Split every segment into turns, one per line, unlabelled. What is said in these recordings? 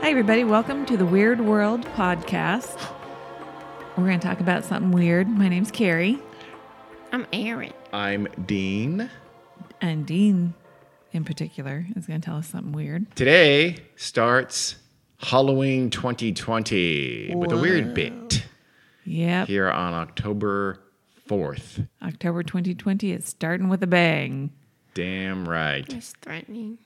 Hi, everybody. Welcome to the Weird World podcast. We're going to talk about something weird. My name's Carrie.
I'm Aaron.
I'm Dean.
And Dean, in particular, is going to tell us something weird.
Today starts Halloween 2020 with a weird bit
Yep.
here on October 4th.
October 2020 is starting with a bang.
Damn right.
That's threatening.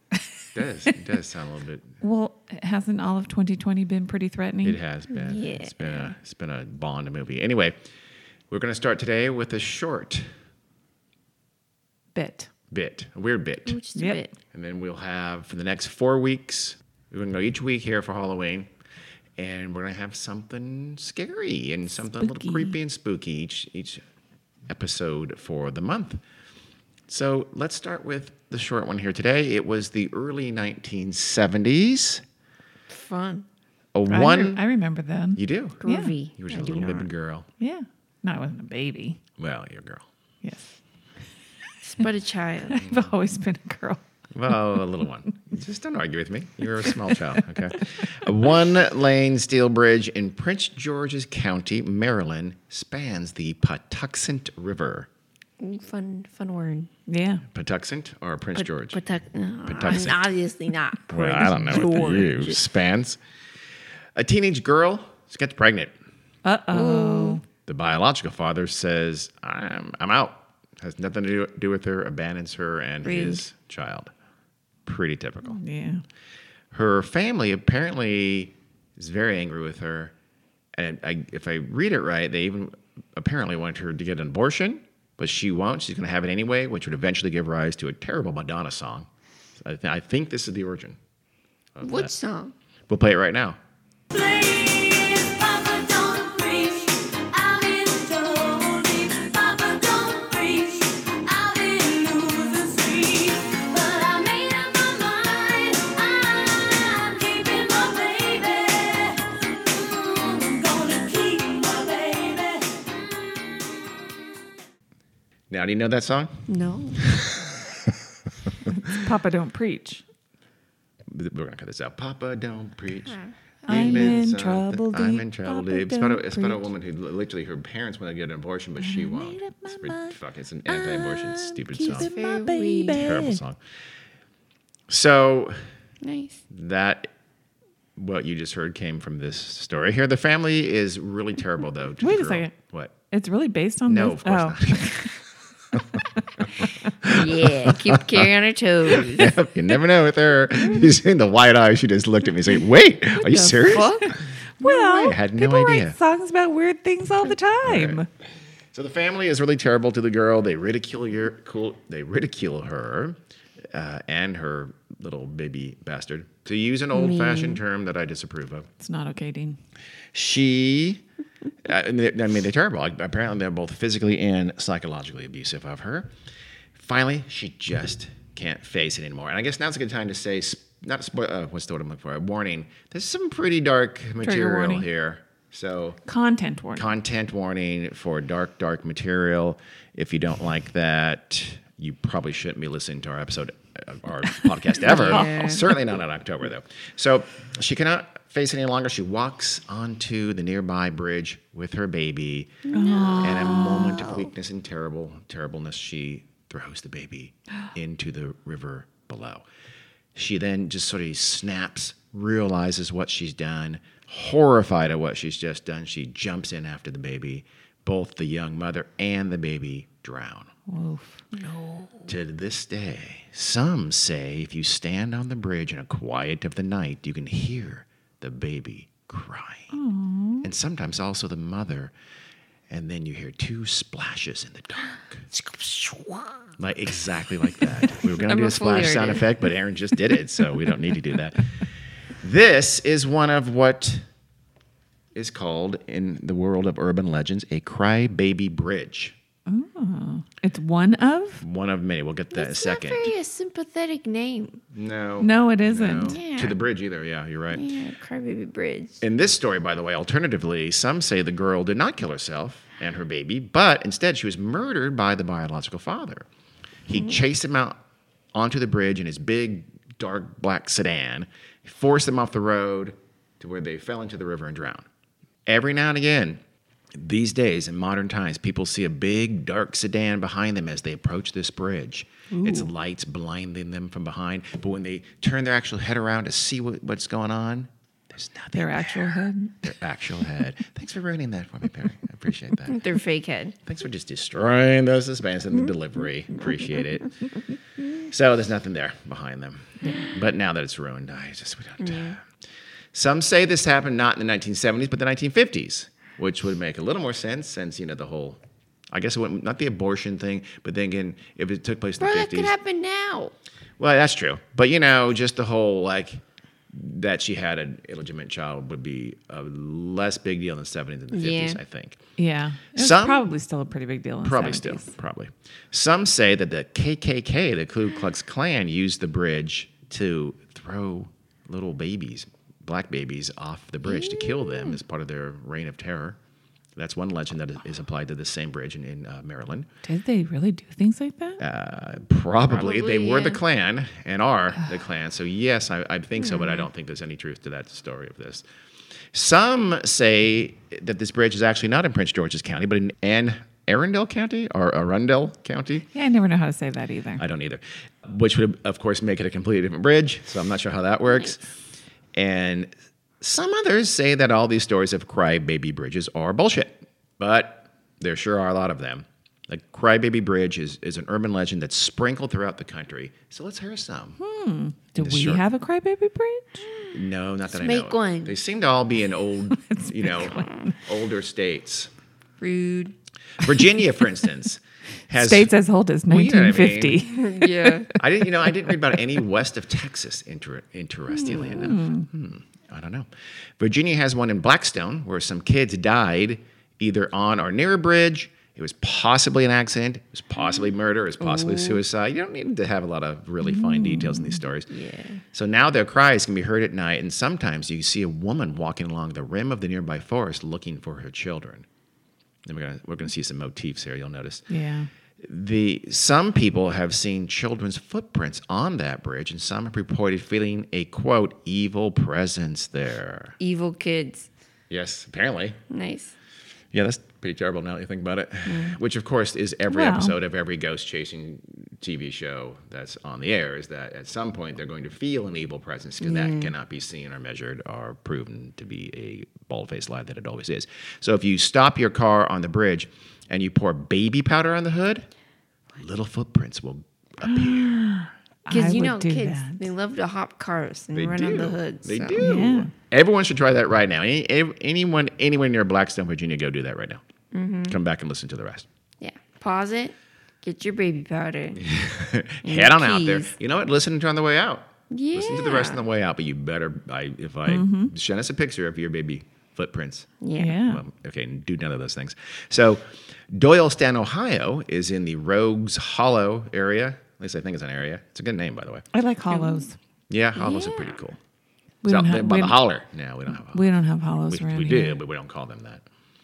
does, it does sound a little bit,
Well, hasn't all of 2020 been pretty threatening?
it has been. It's been a, it's been a Bond movie. Anyway, we're going to start today with a short
Bit.
bit, a weird bit.
Which is
Yep.
a bit.
And then we'll have for the next four weeks, we're going to go each week here for Halloween. And we're going to have something scary and something a
Spooky.
little creepy and spooky each, each episode for the month. So let's start with the short one here today. It was the early 1970s.
Fun.
A
I re-
one.
I remember them.
you do.
Yeah.
Groovy.
You were just
I
a
do
little baby
not.
girl.
Yeah. No, I wasn't a baby.
Well, you're a girl.
Yes.
But a child.
I've always been a girl.
Well, a little one. Just don't argue with me. You're a small child, okay? A one lane steel bridge in Prince George's County, Maryland, spans the Patuxent River.
Ooh, fun fun word.
Yeah.
Patuxent or Prince George?
Patuc- uh,
Patuxent.
obviously not.
well, I don't know. what the U spans. A teenage girl gets pregnant.
Uh oh.
The biological father says, I'm, I'm out. Has nothing to do, do with her, abandons her and his child. Pretty typical.
Yeah.
her family apparently is very angry with her. And I, if I read it right, they even apparently want her to get an abortion, but she won't. She's going to have it anyway, which would eventually give rise to a terrible Madonna song. I, th- I think this is the origin.
What song?
We'll play it right now.
Please, Papa, don't preach. I've been told it. Papa, don't preach. I've been losing sleep, but I made up my mind. I'm keeping my baby. Gonna keep my baby.
Now, do you know that song?
No.
Papa don't preach.
We're going to cut this out. Papa, don't preach.
I'm in
something-
trouble
I'm
deep.
in trouble
Papa,
deep. It's about, a,
don't
it's about a
preach.
woman who li- literally her parents want to get an abortion, but she won't.
up my
It's, rid-
mind.
fuck, it's an anti-abortion stupid song.
Keeping my
Very
baby.
weird.
Terrible song. So
Nice.
that what you just heard came from this story here. The family is really terrible though. to the
Wait a
girl.
second.
What?
It's really based on
No,
this. Oh.
of course not.
Yeah. Keep Carrie on her toes.
you never know with her. You seen the wide eye she just looked at me saying, Wait, are you
the
serious?
Fuck.
Well,
way. I had no
people
idea.
write songs about weird things all the time.
So the family is really terrible to the girl. They ridicule your, cool, they ridicule her uh, and her little baby bastard. To use an old fashioned term that I disapprove of.
It's not okay, Dean.
She, I mean, they- I mean, they're terrible. Like, Apparently, they're both physically and psychologically abusive of her. Finally, she just can't face it anymore. And I guess now's a good time to say, sp- not spo- uh, what's the word I'm looking for? A warning. There's some pretty dark material
warning.
here. So,
Content warning.
content warning for dark, dark material. If you don't like that, you probably shouldn't be listening to our episode, uh, our podcast ever. Certainly not in October, though. So she cannot face it any longer. She walks onto the nearby bridge with her baby. And a moment of weakness and terrible, terribleness, she throws the baby into the river below. She then just sort of snaps, realizes what she's done, horrified at what she's just done. She jumps in after the baby. Both the young mother and the baby drown.
Oof.
To this day, some say if you stand on the bridge in a quiet of the night, you can hear the baby crying. And sometimes also the mother. And then you hear two splashes in the dark. Like exactly like that. We were gonna
I'm
do
a
a splash sound
familiar.
effect, but Aaron just did it, so we don't need to do that. This is one of what is called in the world of urban legends a crybaby bridge.
It's one of?
One of many. We'll get that in a
It's
second.
not very a sympathetic name.
No.
No, it isn't.
No.
Yeah.
To the bridge either. Yeah, you're right.
Yeah. Crybaby Bridge.
In this story, by the way, alternatively, some say the girl did not kill herself and her baby, but instead she was murdered by the biological father. He chased him out onto the bridge in his big, dark black sedan, forced him off the road, to where they fell into the river and drowned. Every now and again, these days in modern times, people see a big dark sedan behind them as they approach this bridge. Its lights blinding them from behind. But when they turn their actual head around to see what, what's going on, there's nothing.
Their
there.
actual head.
Their actual head. Thanks for ruining that for me, Perry. I appreciate that.
Their fake head.
Thanks for just destroying the suspense and the delivery. Appreciate it. So there's nothing there behind them. But now that it's ruined, I just we don't. uh,
Mm-hmm.
Some say this happened not in the 1970s, but the 1950s, which would make a little more sense since you know the whole. I guess it wouldn't, not the abortion thing, but then again, if it took place in
Bro,
the
that
50s.
could happen now.
well, that's true. But you know, just the whole like that she had an illegitimate child would be a less big deal in the 70s than the 50s,
Yeah.
I think.
Yeah. It was
Some-
probably still a pretty big deal. In the
Probably
70s.
still. Probably. Some say that the KKK, the Ku Klux Klan, used the bridge to throw little babies, black babies, off the bridge to kill them as part of their reign of terror. That's one legend that is applied to this same bridge in, in uh, Maryland.
Did they really do things like that?
Uh, Probably, they
Probably,
were the
yeah.
Klan and are the Klan. So yes, I, I think so, but I don't think there's any truth to that story of this. Some say that this bridge is actually not in Prince George's County, but in Anne Arundel County or Arundel County.
yeah, I never know how to say that either.
I don't either. Which would, of course, make it a completely different bridge. So I'm not sure how that works. And some others say that all these stories of crybaby bridges are bullshit, but there sure are a lot of them. The crybaby bridge is, is an urban legend that's sprinkled throughout the country. So let's hear some.
Hmm.
do
this
we
short-
have a crybaby bridge?
No, not that I know.
make
of.
one.
They seem to all be in old, you know, older states.
Rude.
Virginia, for instance, has
States as old as
you know what I mean.
1950.
Yeah.
I didn't, you know, I didn't read about any west of Texas. Inter- interestingly enough, hmm. I don't know. Virginia has one in Blackstone where some kids died either on or near a bridge. It was possibly an accident. It was possibly murder. It was possibly suicide. You don't need to have a lot of really fine details in these stories. Hmm. Yeah. So now their cries can be heard at night, and sometimes you see a woman walking along the rim of the nearby forest looking for her children. And we're gonna we're gonna see some motifs here. You'll notice
yeah.
the some people have seen children's footprints on that bridge and some have reported feeling a quote evil presence there
Evil kids.
yes apparently
Nice.
yeah that's pretty terrible now that you think about it which of course is every
Well-
episode of every ghost chasing tv show that's on the air is that at some point they're going to feel an evil presence because that cannot be seen or measured or proven to be a bald-faced lie that it always is so if you stop your car on the bridge and you pour baby powder on the hood little footprints will
I
Because you
would
know
do
kids,
that.
they love to hop cars and
They
run
do.
on the hoods.
They
so.
do.
Yeah.
Everyone should try that right now. Any, ev- anyone anywhere near Blackstone, Virginia, go do that right now. Come back and listen to the rest.
Yeah. Pause it. Get your baby powder.
Head on out there.
keys.
You know what? Listen to it on the way out.
Yeah.
Listen to the rest on the way out. But you better, I, if I send us a picture of your baby footprints.
Yeah.
Yeah.
Well, okay, do none of those things. So, Doylestown, Ohio, is in the Rogues Hollow area. At least I think it's an area. It's a good name, by the way.
I like hollows.
Yeah, hollows are
Yeah.
pretty cool.
We
It's out
don't,
there
have,
by
we,
the holler. No, we don't have. A,
we don't have hollows
we
around
we
here.
do, but we don't call them that.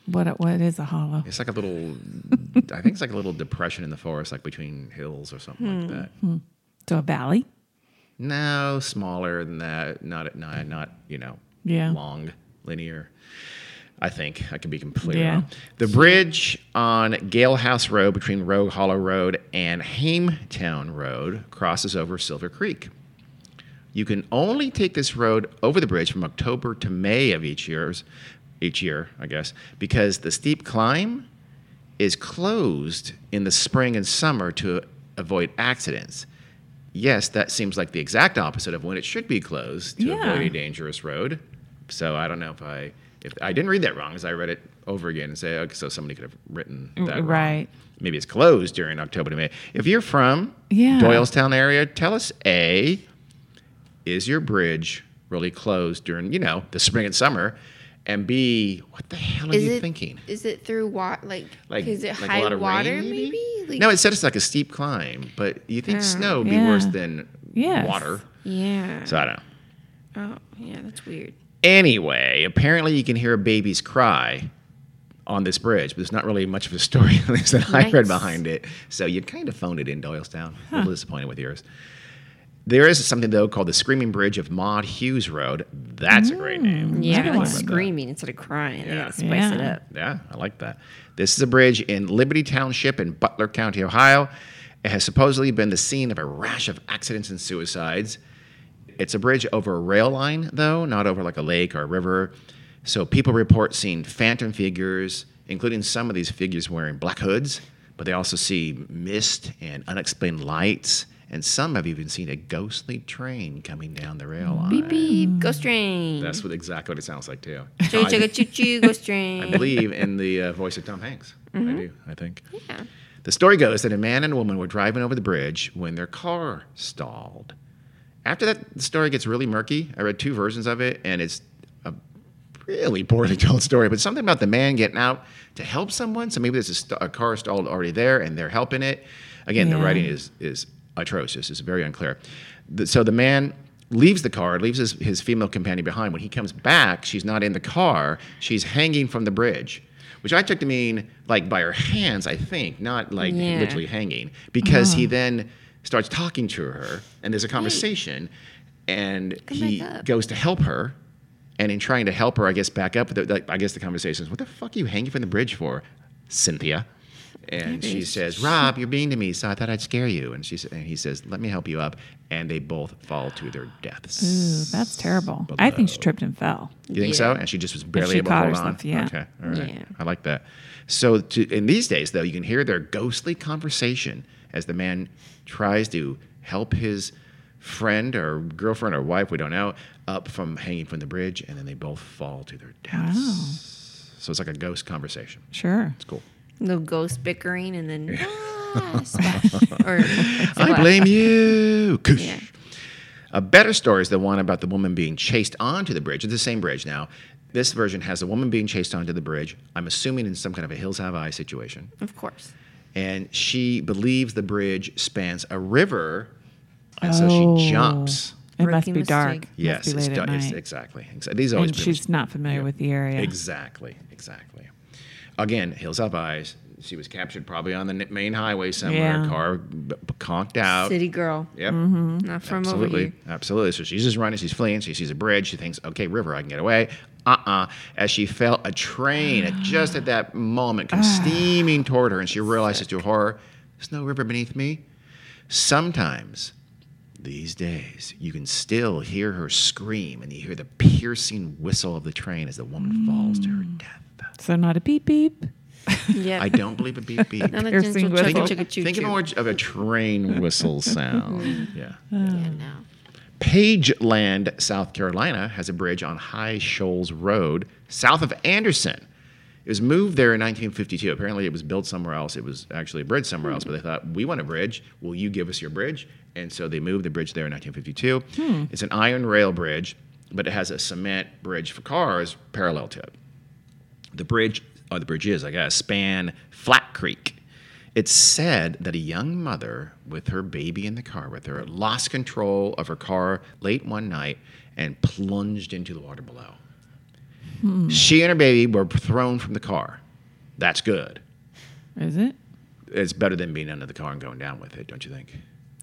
What, what is a hollow?
It's like a little, I think it's like a little depression in the forest, like between hills or something like
Hmm.
that.
So a valley?
No, smaller than that. Not, not, not you know,
Yeah.
long, linear. I think I could be completely
Yeah.
wrong. The bridge on Gale House Road between Rogue Hollow Road and Hametown Road crosses over Silver Creek. You can only take this road over the bridge from October to May of each year's each year, I guess, because the steep climb is closed in the spring and summer to avoid accidents. Yes, that seems like the exact opposite of when it should be closed to
Yeah.
avoid a dangerous road. So I don't know if I if I didn't read that wrong as I read it over again and say, okay, so somebody could have written that wrong.
Mm, right.
Maybe it's closed during October to May. If you're from
Yeah.
Doylestown area, tell us a is your bridge really closed during you know the spring and summer, and b what the hell are
Is
you
it
thinking?
Is it through water? Like,
like
is it
like
high
a lot of
water?
rain,
maybe. Like,
no, it said it's like a steep climb, but you think snow would be
yeah.
worse than
Yes.
water?
Yeah.
So I don't know.
oh, yeah. That's weird.
Anyway, apparently you can hear a baby's cry on this bridge, but there's not really much of a story at least that I read
Yikes.
behind it. So you kind of phoned it in, Doylestown. A little disappointed with yours. There is something though called the Screaming Bridge of Maud Hughes Road. That's a great name.
Yeah,
Really?
I like
Something like
screaming instead of crying. Yeah,
Yeah.
spice it
Yeah.
up.
Yeah, I like that. This is a bridge in Liberty Township in Butler County, Ohio. It has supposedly been the scene of a rash of accidents and suicides. It's a bridge over a rail line, though, not over like a lake or a river. So people report seeing phantom figures, including some of these figures wearing black hoods, but they also see mist and unexplained lights. And some have even seen a ghostly train coming down the rail line.
Beep beep, ghost train.
That's what exactly what it sounds like too.
Chugga
I-
chugga choo choo, ghost
I
train.
believe in the uh, voice of Tom Hanks. I do, I think.
Yeah.
The story goes that a man and a woman were driving over the bridge when their car stalled. After that, the story gets really murky. I read two versions of it, and it's a really poorly told story. But something about the man getting out to help someone. So maybe there's a, st- a car stalled already there, and they're helping it. Again, the
Yeah.
writing is is atrocious. It's very unclear. The- so the man leaves the car, leaves his, his female companion behind. When he comes back, she's not in the car. She's hanging from the bridge, which I took to mean like by her hands, I think, not like
Yeah. Uh-huh.
literally hanging, because he then starts talking to her, and there's a conversation, and he
back up.
goes to help her. And in trying to help her, I guess back up. The, the- I guess the conversation is, "What the fuck are you hanging from the bridge for, Cynthia?" And she says, "Rob, you're being to me, so I thought I'd scare you." And she sa- and he says, "Let me help you up." And they both fall to their deaths.
Ooh, that's terrible. I think she tripped and fell.
You think so?
Yeah.
And she just was barely
she
able to
caught
hold
herself,
on.
yeah.
Okay, all right.
Yeah.
I like that. So to, in these days, though, you can hear their ghostly conversation as the man tries to help his friend or girlfriend or wife, we don't know, up from hanging from the bridge, and then they both fall to their deaths. So it's like a ghost conversation.
Sure.
It's cool.
Little ghost bickering and then ah, splash. or
I
splash.
blame you. Koosh.
Yeah.
A uh, better story is the one about the woman being chased onto the bridge. It's the same bridge now. This version has the woman being chased onto the bridge, I'm assuming in some kind of a Hills Have Eyes situation.
Of course.
And she believes the bridge spans a river, and so she jumps.
It Oh. must
Rookie
be dark.
mistake.
Yes,
must be late
it's,
at
do- it's-
night.
exactly. Exa- These always
and
pretty much-
she's not familiar with the area.
Exactly, exactly. Again, Hills Have Eyes. She was captured probably on the n- main highway somewhere,
Yeah. Mm-hmm.
car b- b- conked out.
City girl.
Yep.
Not from
Uh, Absolutely.
over here.
Absolutely. So she's just running. She's fleeing. She sees a bridge. She thinks, okay, river, I can get away. Uh uh As she felt a train at just at that moment come steaming toward her, and she realizes to her horror, there's no river beneath me. Sometimes these days, you can still hear her scream, and you hear the piercing whistle of the train as the woman falls to her death.
So not a beep beep.
Yeah.
I don't believe a beep beep.
Not a
Piercing
gentle
whistle.
chugga
Think
chugga choo
Think
choo.
more of a train whistle sound. Yeah.
Yeah, no.
Pageland, South Carolina, has a bridge on High Shoals Road, south of Anderson. It was moved there in 1952. Apparently, it was built somewhere else. It was actually a bridge somewhere else, but they thought, we want a bridge. Will you give us your bridge? And so they moved the bridge there in 1952. It's an iron rail bridge, but it has a cement bridge for cars parallel to it. The bridge, or the bridge is, I guess, span Flat Creek. It's said that a young mother with her baby in the car with her lost control of her car late one night and plunged into the water below.
Hmm.
She and her baby were thrown from the car. That's good.
Is it?
It's better than being under the car and going down with it, don't you think?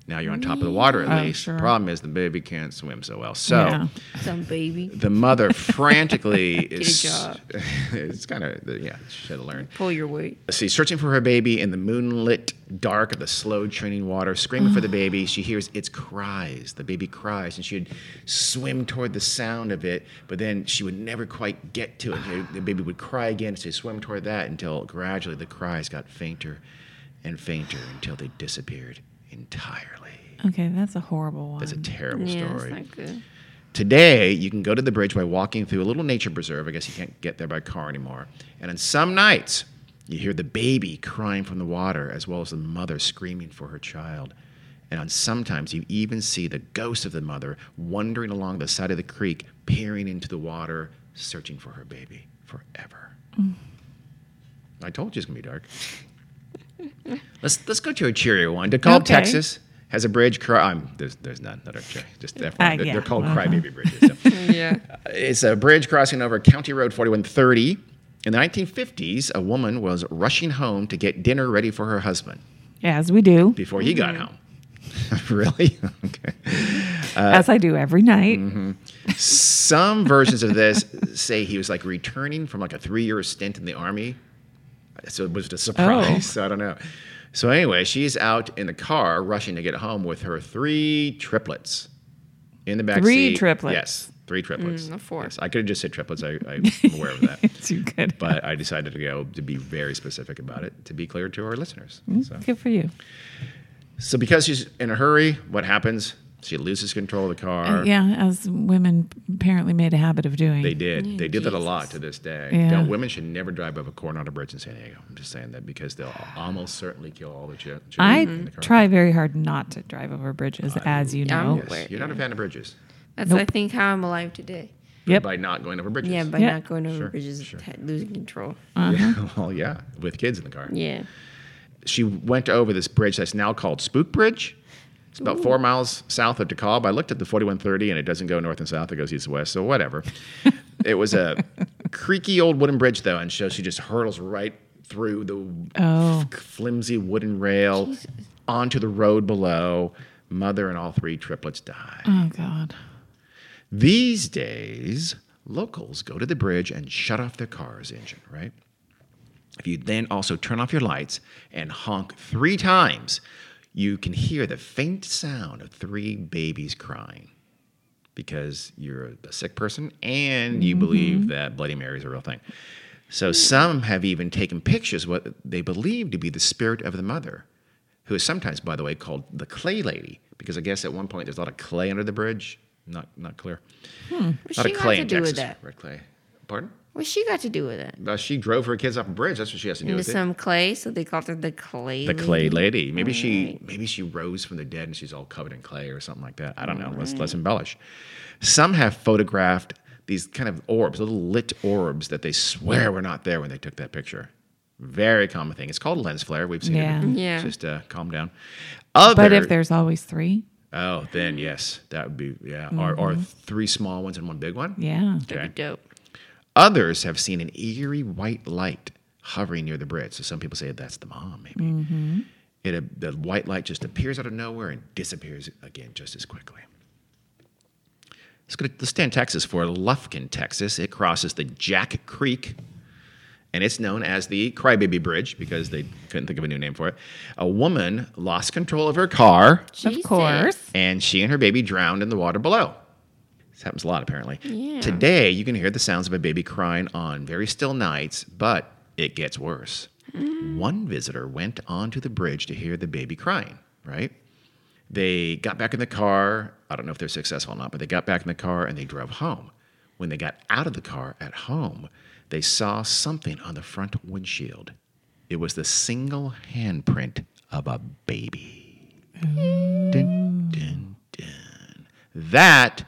Now you're on top of the water
Oh,
at least.
sure.
The problem is the baby can't swim so well. So
Yeah.
Some baby.
the mother frantically
a
is.
job.
it's kind of, yeah, should have learned.
Pull your weight.
She's searching for her baby in the moonlit dark of the slow training water, screaming for the baby. She hears its cries. The baby cries, and she'd swim toward the sound of it, but then she would never quite get to it. The baby would cry again, so she swam toward that until gradually the cries got fainter and fainter until they disappeared entirely.
Okay, that's a horrible one.
That's a terrible
Yeah, it's
story.
not good.
Today, you can go to the bridge by walking through a little nature preserve. I guess you can't get there by car anymore. And on some nights, you hear the baby crying from the water, as well as the mother screaming for her child. And on sometimes, you even see the ghost of the mother wandering along the side of the creek, peering into the water, searching for her baby forever. I told you it's gonna be dark. let's let's go to a cheerier one. DeKalb,
Okay.
Texas has a bridge. Cry, um, there's there's none that are cheery. Just F1.
Ah,
they're,
yeah.
they're called
Uh-huh.
crybaby bridges. so.
Yeah.
It's a bridge crossing over County Road 4130. In the 1950s, a woman was rushing home to get dinner ready for her husband
As we do. Mm-hmm.
before he got home. really? okay. Uh,
as I do every night.
mm-hmm. Some versions of this say he was like returning from like a three year stint in the army. So it was a surprise.
Oh.
So I don't know. So anyway, she's out in the car rushing to get home with her three triplets in the back
Three
seat.
triplets. Mm,
Yes, three triplets.
not four.
Yes, I could have just said triplets. I, I'm aware of that.
It's too good.
But I decided to go to be very specific about it to be clear to our listeners. So.
good for you.
so because she's in a hurry, what happens? She loses control of the car.
Yeah, as women apparently made a habit of doing.
They did. they did that a lot to this day.
Mm, Yeah.
Don't- women should never drive over Coronado Bridge in San Diego. I'm just saying that because they'll almost certainly kill all the chil- children.
I
in the car.
try very hard not to drive over bridges, as you
Mm-hmm. yeah,
know.
Yes.
Where-
You're not a fan of bridges
That's I think how I'm alive today.
Yep.
by not going over bridges.
Yeah, by
Yeah.
not going over
Sure,
bridges,
sure.
t- losing control.
Uh-huh.
Yeah, well, yeah, with kids in the car.
Yeah.
She went over this bridge that's now called Spook Bridge. It's about four miles south of DeKalb. I looked at the 4130 and it doesn't go north and south, it goes east and west, so whatever. it was a creaky old wooden bridge though, and so she just hurtles right through the
Oh.
flimsy wooden rail onto the road below. Mother and all three triplets die.
Oh God.
These days, locals go to the bridge and shut off their car's engine, right? If you then also turn off your lights and honk three times, you can hear the faint sound of three babies crying because you're a sick person and
Mm-hmm.
you believe that Bloody Mary is a real thing. So some have even taken pictures of what they believe to be the spirit of the mother, who is sometimes, by the way, called the clay lady, because I guess at one point there's a lot of clay under the bridge. Not not clear.
What's
A lot
she
of
got
clay
to
in
do
Texas.
with that?
Red clay. Pardon?
What's she got to do with that?
Uh, she drove her kids off a bridge. That's what she has to do
Into
with it.
some clay, so they called her the clay.
The
lady.
clay lady. Maybe she maybe she rose from the dead and she's all covered in clay or something like that. I don't know. Let's let's embellish. Some have photographed these kind of orbs, little lit orbs that they swear were not there when they took that picture. Very common thing. It's called lens flare. We've seen
Yeah.
it.
Yeah.
Just uh, calm down. Other,
But if there's always three,
oh, then yes, that would be yeah. Or or
Mm-hmm.
three small ones and one big one.
yeah.
Okay.
Dope.
Others have seen an eerie white light hovering near the bridge. So some people say that's the mom, maybe. It, uh, the white light just appears out of nowhere and disappears again just as quickly. Let's, go to, let's stay in Texas for Lufkin, Texas. It crosses the Jack Creek, and it's known as the Crybaby Bridge because they couldn't think of a new name for it. A woman lost control of her car
Of course.
and she and her baby drowned in the water below. This happens a lot, apparently. Today, you can hear the sounds of a baby crying on very still nights, but it gets worse. One visitor went onto the bridge to hear the baby crying, right? They got back in the car. I don't know if they're successful or not, but they got back in the car and they drove home. When they got out of the car at home, they saw something on the front windshield. It was the single handprint of a baby. Dun, dun, dun. That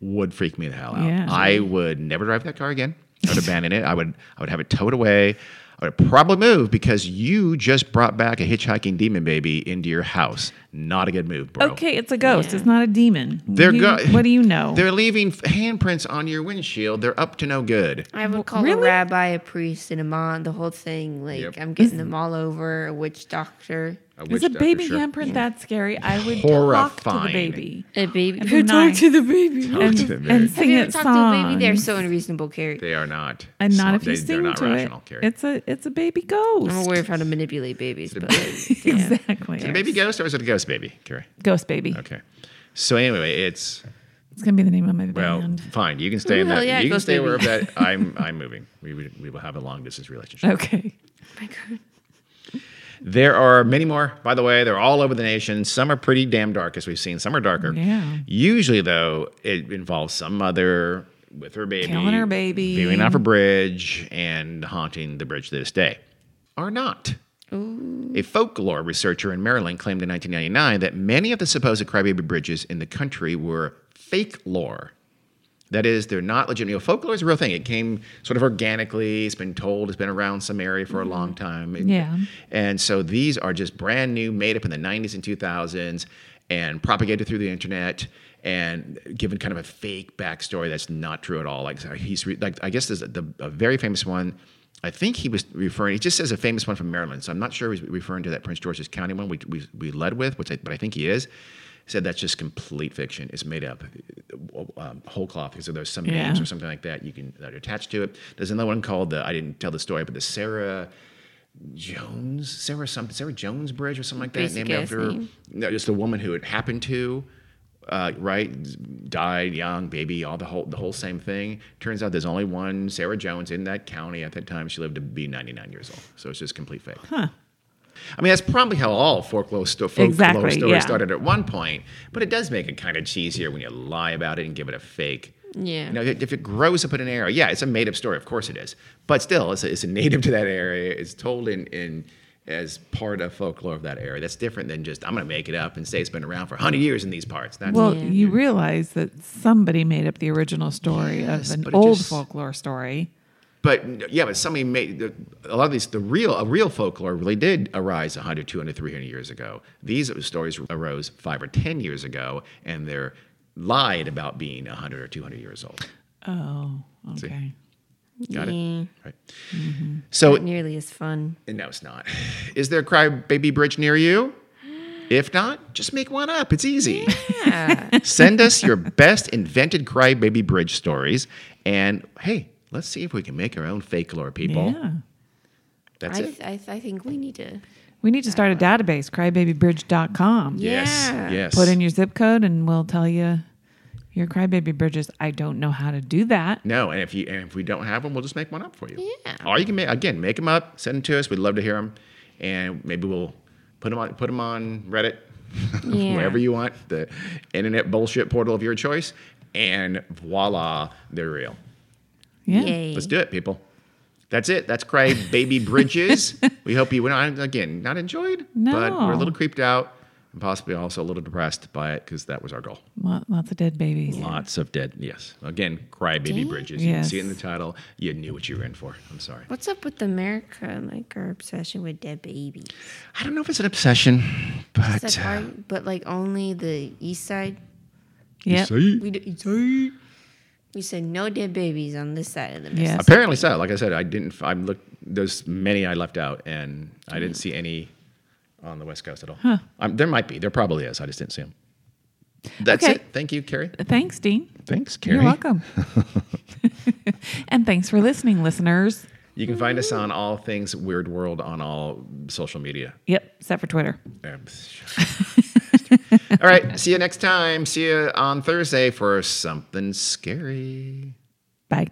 would freak me the hell out.
Yeah.
I would never drive that car again. I would abandon it. I would I would have it towed away. I would probably move because you just brought back a hitchhiking demon baby into your house. Not a good move, bro.
Okay, it's a ghost. It's not a demon.
They're
You-
go-
What do you know?
They're leaving f- handprints on your windshield. They're up to no good.
I would call a
really?
rabbi, a priest, and a mon, the whole thing. Like,
Yep.
I'm getting them all over, a witch doctor,
Is a baby handprint that scary? I would talk to the
Horrifying.
baby
a baby.
Every night.
the baby. Have
and,
to the baby.
and sing
you
it
ever talked to a
songs.
baby? They're so unreasonable, Carrie.
They are not.
and not
so-
if you
they, they're
sing
not
to
rational,
it.
Carrie.
It's a it's a baby ghost.
I'm aware of how to manipulate babies, but like, yeah.
exactly.
a baby ghost or is it a ghost baby, Carrie?
Ghost baby.
Okay. So anyway, it's
It's gonna be the name of my
Well,
band.
fine. You can stay in
Hell
that.
yeah,
you can
ghost
stay
baby.
wherever that. I'm. I'm moving. We would- we will have a long distance relationship.
Okay.
There are many more, by the way. They're all over the nation. Some are pretty damn dark, as we've seen. Some are darker.
Yeah.
Usually, though, it involves some mother with her baby,
Killing her baby.
veering off a bridge, and haunting the bridge to this day, or not. A folklore researcher in Maryland claimed in 1999 that many of the supposed crybaby bridges in the country were fake lore. That is, they're not legitimate. You know, folklore is a real thing. It came sort of organically. It's been told. It's been around some area for a long time. It-
Mm-hmm. Yeah.
and so these are just brand new, made up in the 90s and 2000s and propagated through the internet and given kind of a fake backstory that's not true at all. Like so he's re- like I guess there's the, a very famous one I think he was referring. He just says a famous one from Maryland, so I'm not sure he's referring to that Prince George's County one we we, we led with, which I, but I think he is. He said that's just complete fiction. It's made up, um, whole cloth. Because there's some
Yeah.
names or something like that you can that are attached to it. There's another one called the I didn't tell the story, but the Sarah Jones, Sarah something, Sarah Jones Bridge or something like that,
Basic
named
ass
after
name.
no, just the woman who it happened to, uh, right? Died young, baby, all the whole the whole same thing. Turns out there's only one Sarah Jones in that county at that time. She lived to be 99 years old, so it's just complete fake. Huh. I mean, that's probably how all folklore, sto- folklore
Exactly,
stories
yeah.
started at one point, but it does make it kind of cheesier when you lie about it and give it a fake.
Yeah.
You know, if it grows up in an area, yeah, it's a made up story. Of course it is. But still, it's a, it's a native to that area. It's told in, in as part of folklore of that area. That's different than just, I'm going to make it up and say it's been around for 100 years in these parts. That's
Well, you realize that somebody made up the original story
Yes,
of an
but it
old
just-
folklore story.
But yeah, but somebody made the, a lot of these, the real, a real folklore really did arise 100, 200, 300 years ago. These stories arose five or 10 years ago, and they're lied about being 100 or 200 years old.
Oh,
See?
okay.
Got
Yeah.
it? Right. So
Nearly as fun.
No, it's not. Is there a crybaby bridge near you? If not, just make one up. It's easy. Send us your best invented crybaby bridge stories, and hey, let's see if we can make our own fake lore, people.
Yeah.
That's
I,
it.
th- I, th- I think we need to.
We need to start a database, crybabybridge.com.
Yes,
Yeah.
yes.
Put in your zip code and we'll tell you your crybaby bridges. I don't know how to do that.
no, and if you and if we don't have them, we'll just make one up for you.
Yeah.
Or you can make again, make them up, send them to us. We'd love to hear them, and maybe we'll put them on put 'em on Reddit,
Yeah.
wherever you want, the internet bullshit portal of your choice, and voila, they're real.
Yeah.
Yay.
Let's do it, people. That's it. That's Cry Baby Bridges. we hope you went on again, not enjoyed, but we're a
No.
little creeped out and possibly also a little depressed by it because that was our goal.
Lot- Lots of dead babies.
Lots of dead. Yes. Again, Cry Baby
Damn.
Bridges. You can see it in the
Yes.
title. You knew what you were in for. I'm sorry.
What's up with America, like our obsession with dead babies?
I don't know if it's an obsession, but.
Is that why- but like only the East Side.
Yep.
We d- East Side. We said no dead babies on this side of the.
Yes.
Apparently so. Like I said, I didn't. I looked. There's many I left out, and I didn't see any on the West Coast at all. Um, there might be. There probably is. I just didn't see them. That's
Okay.
it. Thank you, Carrie.
Thanks, Dean.
Thanks, Carrie.
You're welcome. and thanks for listening, listeners.
You can find us on all things Weird World on all social media.
Yep, except for Twitter.
Um, all right. See you next time. See you on Thursday for something scary.
Bye.